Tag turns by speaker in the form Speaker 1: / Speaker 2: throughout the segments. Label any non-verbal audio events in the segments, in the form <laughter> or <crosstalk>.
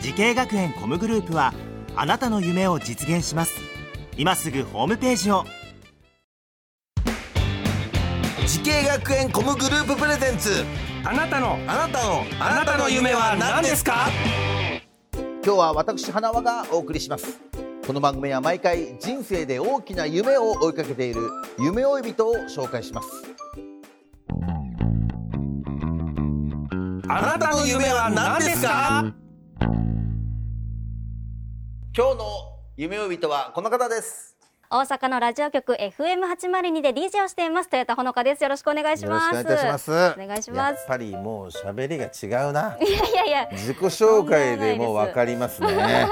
Speaker 1: 時系学園コムグループはあなたの夢を実現します今すぐホームページを
Speaker 2: 時系学園コムグループプレゼンツ
Speaker 3: あなたの
Speaker 2: あなたの
Speaker 3: あなたの夢は何ですか
Speaker 2: 今日は私花輪がお送りしますこの番組は毎回人生で大きな夢を追いかけている夢追い人を紹介します
Speaker 3: あなたの夢は何ですか
Speaker 2: 今日の夢追い人はこの方です
Speaker 4: 大阪のラジオ局 FM802 で DJ をしています豊田ほのかですよろしくお願いしますお願いしま
Speaker 5: やっ
Speaker 4: す
Speaker 5: ぱりもう喋りが違うな。
Speaker 4: いやいやいや
Speaker 5: 自己紹介でもうわかります
Speaker 4: <laughs>
Speaker 5: ね。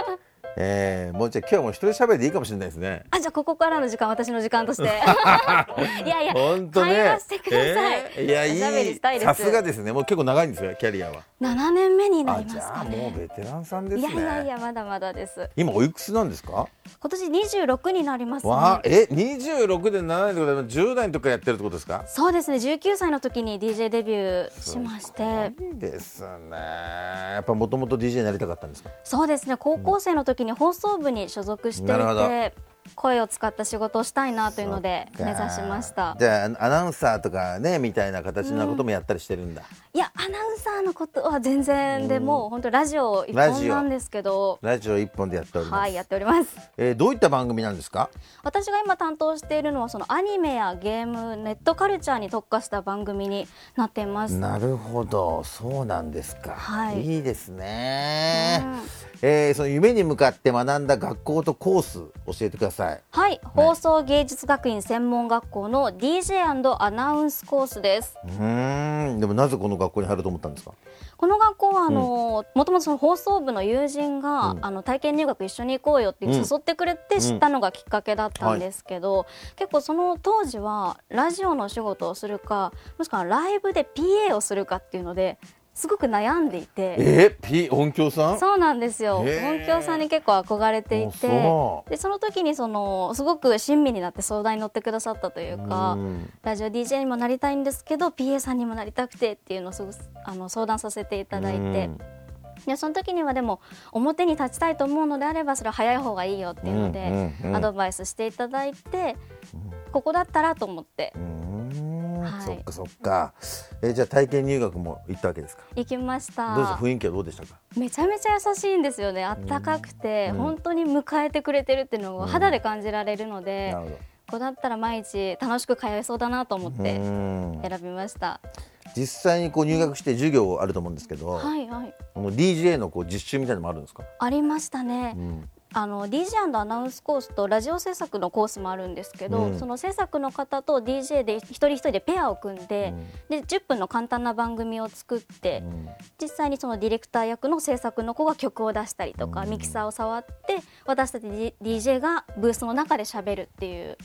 Speaker 5: えー、もうじゃあ今日はもう一人喋りでいいかもしれないですね。
Speaker 4: あじゃあここからの時間私の時間 <laughs> としていやいや
Speaker 5: 本当ね。
Speaker 4: 会話してください、
Speaker 5: えーいや
Speaker 4: おしゃべ
Speaker 5: い
Speaker 4: り
Speaker 5: い
Speaker 4: したいです
Speaker 5: さすがですね。もう結構長いんですよキャリアは。
Speaker 4: 7年目にな
Speaker 5: あ
Speaker 4: りま
Speaker 5: じ
Speaker 4: す
Speaker 5: ゃ
Speaker 4: か
Speaker 5: あもうベ
Speaker 4: ね
Speaker 5: テランさんです
Speaker 4: い
Speaker 5: ね。
Speaker 4: やいやいやまだまだです
Speaker 5: 今おいくつなんですか。
Speaker 4: 今年26になります
Speaker 5: わあ
Speaker 4: ね
Speaker 5: え二十六で七年とかでも十代の時からやってるってことですか。
Speaker 4: そうですね19歳の時に DJ デビューしまして
Speaker 5: いいですね。やっぱもともと DJ になりたかったんですか。
Speaker 4: そうですね高校生の時に放送部に所属してい
Speaker 5: なるほ
Speaker 4: て
Speaker 5: ど
Speaker 4: 声を使った仕事をしたいなというので目指しました
Speaker 5: じゃあアナウンサーとかねみたいな形なこともやったりしてるんだ、
Speaker 4: いやアナウンサーのことは全然でもう本当ラジオ一
Speaker 5: ラジ
Speaker 4: 本
Speaker 5: オ
Speaker 4: なんですけど
Speaker 5: ラジオ一本でやっております、
Speaker 4: はいやっております
Speaker 5: えーどういった番組なんですか
Speaker 4: 私が今担当しているのはそのアニメやゲームネットカルチャーに特化した番組になっています
Speaker 5: なるほどそうなんですか、
Speaker 4: はい
Speaker 5: いですね、えーその夢に向かって学んだ学校とコース教えてください
Speaker 4: はい放送芸術学院専門学校の DJ& アナウンスコースです
Speaker 5: うーんでもなぜこの学校に入ると思ったんですか
Speaker 4: この学校はあの、もともとその放送部の友人が、あの体験入学一緒に行こうよって
Speaker 5: うん
Speaker 4: 誘ってくれて知ったのがきっかけだったんですけど、結構その当時はラジオのお仕事をするかもしくはライブで PA をするかっていうのですごく悩んでいて。
Speaker 5: えー、P 音響さん
Speaker 4: そうなんですよ
Speaker 5: へー
Speaker 4: 音響さんに結構憧れていて
Speaker 5: あそう
Speaker 4: でその時にそのすごく親身になって相談に乗ってくださったというか
Speaker 5: うん
Speaker 4: ラジオ DJ にもなりたいんですけど PA さんにもなりたくてっていうのをすごくあの相談させていただいて
Speaker 5: うん
Speaker 4: でその時にはでも表に立ちたいと思うのであればそれは早い方がいいよっていうので
Speaker 5: うんうんうん
Speaker 4: アドバイスしていただいてここだったらと思って
Speaker 5: うーん
Speaker 4: はい
Speaker 5: そっかそっか、えーじゃあ体験入学も行ったわけですか
Speaker 4: 行きまし
Speaker 5: どうです
Speaker 4: た
Speaker 5: か雰囲気はどうでしたか
Speaker 4: めちゃめちゃ優しいんですよねあったかくて本当に迎えてくれてるっていうのを肌で感じられるので
Speaker 5: なるほど
Speaker 4: ここだったら毎日楽しく通えそうだなと思っ
Speaker 5: う
Speaker 4: て
Speaker 5: ーん
Speaker 4: 選びました
Speaker 5: 実際にこう入学して授業あると思うんですけど、
Speaker 4: はいはい
Speaker 5: この DJ のこう実習みたいなのもあるんですか、
Speaker 4: ありましたね、
Speaker 5: ん
Speaker 4: あの DJ& アナウンスコースとラジオ制作のコースもあるんですけど、
Speaker 5: うん
Speaker 4: その制作の方と DJ で一人一人でペアを組んで,、で10分の簡単な番組を作って、実際にそのディレクター役の制作の子が曲を出したりとか、ミキサーを触って私たち D- DJ がブースの中で喋るっていう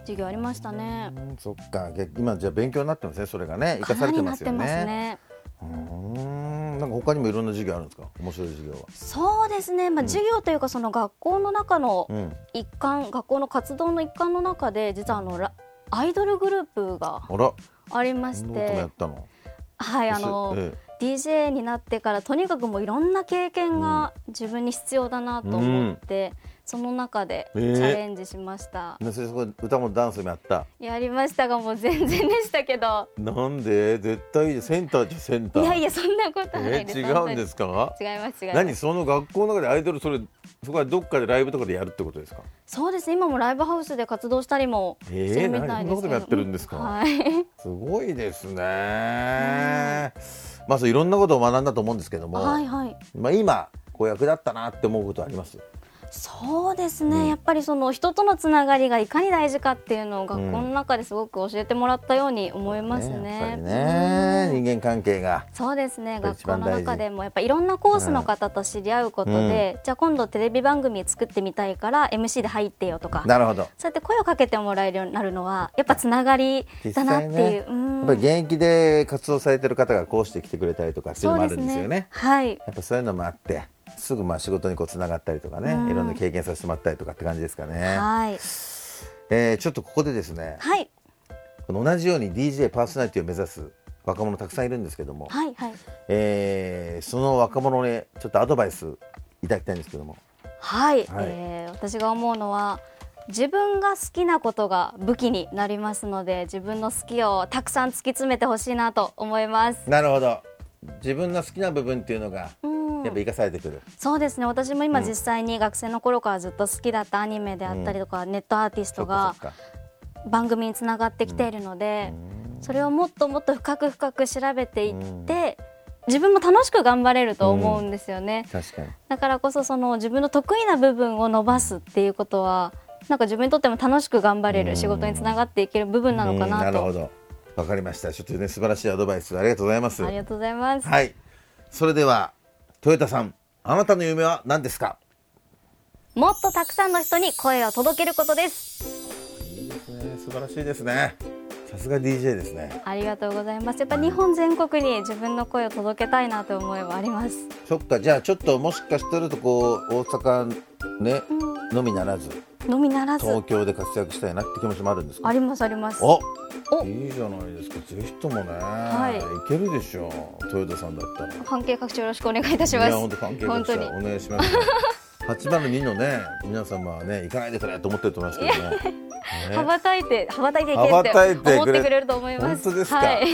Speaker 4: 授業ありましたね。
Speaker 5: うん、そっかげ今じゃあ勉強になってますねそれがね生かされてますよ
Speaker 4: かなりなってま
Speaker 5: ね
Speaker 4: すね
Speaker 5: うーんなんか他にもいろんな授業あるんですか面白い授業は
Speaker 4: そうですね、まあ、授業というかその学校の中の
Speaker 5: うん
Speaker 4: 一環、学校の活動の一環の中で実はあのラアイドルグループが
Speaker 5: あら
Speaker 4: ありまし
Speaker 5: そんなこともや
Speaker 4: て
Speaker 5: っ、たの
Speaker 4: はいあの
Speaker 5: え
Speaker 4: DJ になってからとにかくもういろんな経験が自分に必要だなと思って、その中でチ
Speaker 5: ええ
Speaker 4: ャレンジしました、
Speaker 5: えでそれそこで歌もダンスもやった
Speaker 4: やりましたがもう全然でしたけど
Speaker 5: なんで絶対いいセンターじゃセン
Speaker 4: い
Speaker 5: ター
Speaker 4: やいやそんなことはない
Speaker 5: え
Speaker 4: です、
Speaker 5: 違うんですすか
Speaker 4: 違います違います
Speaker 5: 何その学校の中でアイドルそれそこはどっかでライブとかでやるってことですか
Speaker 4: そうですね今もライブハウスで活動したりもしてるみたいですけ
Speaker 5: え
Speaker 4: ど、
Speaker 5: え何そんなこともやってるんですか
Speaker 4: はい
Speaker 5: すごいですね。まあそういろんなことを学んだと思うんですけども、
Speaker 4: はいはい
Speaker 5: まあ今こう役立ったなって思うことあります。
Speaker 4: そうですね、やっぱりその人とのつながりがいかに大事かっていうのを学校の中ですごく教えてもらったように思います
Speaker 5: ねやっぱ
Speaker 4: ね。
Speaker 5: りね人間関係が
Speaker 4: そうですね
Speaker 5: ぱり
Speaker 4: 学
Speaker 5: 一
Speaker 4: 校
Speaker 5: 番
Speaker 4: の
Speaker 5: 大
Speaker 4: 中
Speaker 5: 事
Speaker 4: でもやっぱいろんなコースの方と知り合うことで、じゃあ今度テレビ番組作ってみたいから MC で入ってよとか
Speaker 5: なるほど
Speaker 4: そうやって声をかけてもらえるようになるのはやっぱつながりだなっていう、
Speaker 5: ね
Speaker 4: う
Speaker 5: や
Speaker 4: ん
Speaker 5: っぱり現役で活動されてる方がこうして来てくれたりとかっていうのもあるんですよね
Speaker 4: はい
Speaker 5: やっぱそういうのもあってすぐまあ仕事にこうつながったりとかね、
Speaker 4: うん
Speaker 5: いろんな経験させてもらったりとかって感じですかね、
Speaker 4: はい
Speaker 5: えーちょっとここでですね
Speaker 4: はい
Speaker 5: この同じように DJ パーソナリティを目指す若者たくさんいるんですけども、
Speaker 4: はいはい
Speaker 5: えーその若者にちょっとアドバイスいただきたいんですけども
Speaker 4: はい、
Speaker 5: はい
Speaker 4: えー私が思うのは自分が好きなことが武器になりますので自分の好きをたくさん突き詰めてほしいなと思います。
Speaker 5: なるほど自分の好きな部分っていうのが
Speaker 4: うん
Speaker 5: やっぱ生かされてくる、
Speaker 4: そうですね私も今実際に学生の頃からずっと好きだったアニメであったりとか、ネットアーティス
Speaker 5: そ
Speaker 4: ト
Speaker 5: っか
Speaker 4: が
Speaker 5: そっか
Speaker 4: 番組につながってきているので、それをもっともっと深く深く調べていって、自分も楽しく頑張れると思うんですよね、
Speaker 5: 確かに
Speaker 4: だからこそその自分の得意な部分を伸ばすっていうことはなんか自分にとっても楽しく頑張れる仕事につながっていける部分なのか
Speaker 5: うん
Speaker 4: な
Speaker 5: る
Speaker 4: と、
Speaker 5: ほどわかりましたちょっとね素晴らしいアドバイスありがとうございます
Speaker 4: ありがとうございます、
Speaker 5: はいそれではトヨタさんあなたの夢は何ですか
Speaker 4: もっとたくさんの人に声を届けることです
Speaker 5: いいですね素晴らしいですねさすが DJ ですね
Speaker 4: ありがとうございますやっぱ日本全国に自分の声を届けたいなという思いはあります
Speaker 5: そっかじゃあちょっともしかしてるとこう大阪ね、のみならず
Speaker 4: のみならず
Speaker 5: 東京で活躍したいなって気持ちもあるんですか
Speaker 4: ありますあります
Speaker 5: お
Speaker 4: お
Speaker 5: いいじゃないですかぜひともね、
Speaker 4: い
Speaker 5: い、けるでしょうトヨタさんだったら
Speaker 4: 関係各地よろしくお願いいたしま
Speaker 5: い
Speaker 4: す
Speaker 5: や本当関係な
Speaker 4: 本
Speaker 5: くし
Speaker 4: 当
Speaker 5: た
Speaker 4: に
Speaker 5: らお願いし
Speaker 4: <laughs>
Speaker 5: ます。八番の二のね皆様はね行かないでくれと思ってると思いますけ
Speaker 4: <laughs>
Speaker 5: どね。ね
Speaker 4: 羽ばたいて羽ばたいていけ
Speaker 5: 羽ばたい
Speaker 4: ってて思っ
Speaker 5: くれ
Speaker 4: てくれると思いま
Speaker 5: 本
Speaker 4: す
Speaker 5: 当ですか。
Speaker 4: はい、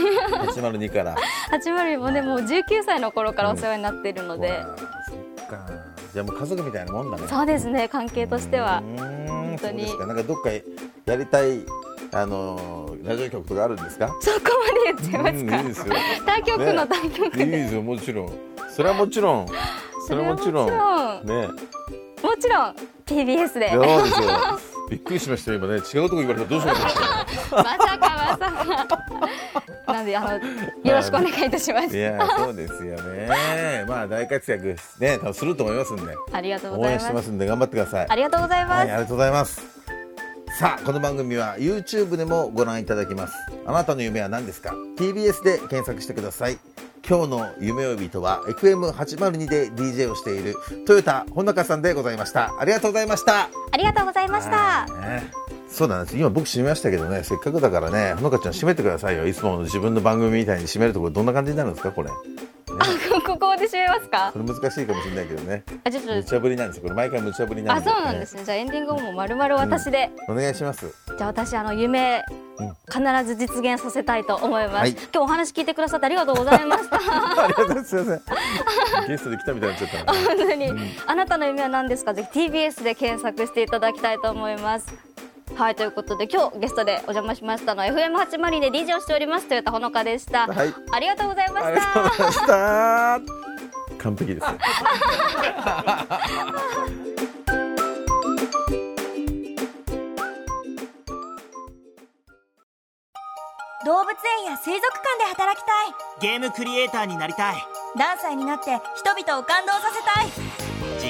Speaker 5: 八番の二から。
Speaker 4: 802もねもう19歳の頃からお世話になっているので、
Speaker 5: わあそっか。じゃあもう家族みたいなもんだね。
Speaker 4: そうですね関係としては
Speaker 5: うーん
Speaker 4: 本当に
Speaker 5: そうですか。なんかどっかやりたいあのーラジオ局とかあるんですか。
Speaker 4: そこまで言っちゃいますか、
Speaker 5: うんいいですよ。
Speaker 4: 他局の他局
Speaker 5: い
Speaker 4: で、
Speaker 5: いですよもちろん。それはもちろん。それはもちろん。
Speaker 4: それはも
Speaker 5: ね。
Speaker 4: もちろん TBS で
Speaker 5: そうですよ。びっくりしました今ね違うとこ言われたらどうしようかと思った。
Speaker 4: まさかまさかなんであのよろしくお願いいたしま
Speaker 5: い
Speaker 4: す
Speaker 5: やそうですよね。まあ大活躍ね多分すると思いますんで、
Speaker 4: ありがとうご
Speaker 5: 応
Speaker 4: ざい
Speaker 5: 援して
Speaker 4: ま
Speaker 5: ますすんで頑張ってください。
Speaker 4: ありがとうございます、
Speaker 5: はいありがとうございます。さあこの番組は YouTube でもご覧いただけます。あなたの夢は何ですか？TBS で検索してください。今日の夢呼びとは FM802 で DJ をしているトヨタ本中さんでございました。ありがとうございました。
Speaker 4: ありがとうございました
Speaker 5: ねそうなんです今僕閉めましたけどねせっかくだからねほのかちゃん閉めてくださいよいつもの自分の番組みたいに閉めるところどんな感じになるんですかこれ
Speaker 4: ここで締めますか
Speaker 5: これ難しいかもしれないけどね
Speaker 4: あちょっと
Speaker 5: 無茶ぶりなんですよこれ毎回無茶ぶりな
Speaker 4: あ
Speaker 5: んで、
Speaker 4: そうなんですねじゃあエンディングもまるまる私で、
Speaker 5: お願いします
Speaker 4: じゃあ私あの夢
Speaker 5: うん
Speaker 4: 必ず実現させたいと思います、
Speaker 5: はい
Speaker 4: 今日お話聞いてくださってありがとうございま
Speaker 5: <laughs>
Speaker 4: した
Speaker 5: ありがとうございますすいません <laughs> ゲストで来たみたいになっちゃったな
Speaker 4: 本当に、あなたの夢は何ですかぜひ TBS で検索していただきたいと思いますはいということで今日ゲストでお邪魔しましたのは FM802 で DJ をしております豊田ほのかで
Speaker 5: <laughs>
Speaker 4: した、
Speaker 5: はい
Speaker 4: ありがとうございま
Speaker 5: あ
Speaker 4: し
Speaker 5: りがとう
Speaker 4: た
Speaker 5: ございました完璧ですね
Speaker 6: 動物園や水族館で働きたい
Speaker 1: ゲームクリエイターになりたい
Speaker 6: 何歳になって人々を感動させたい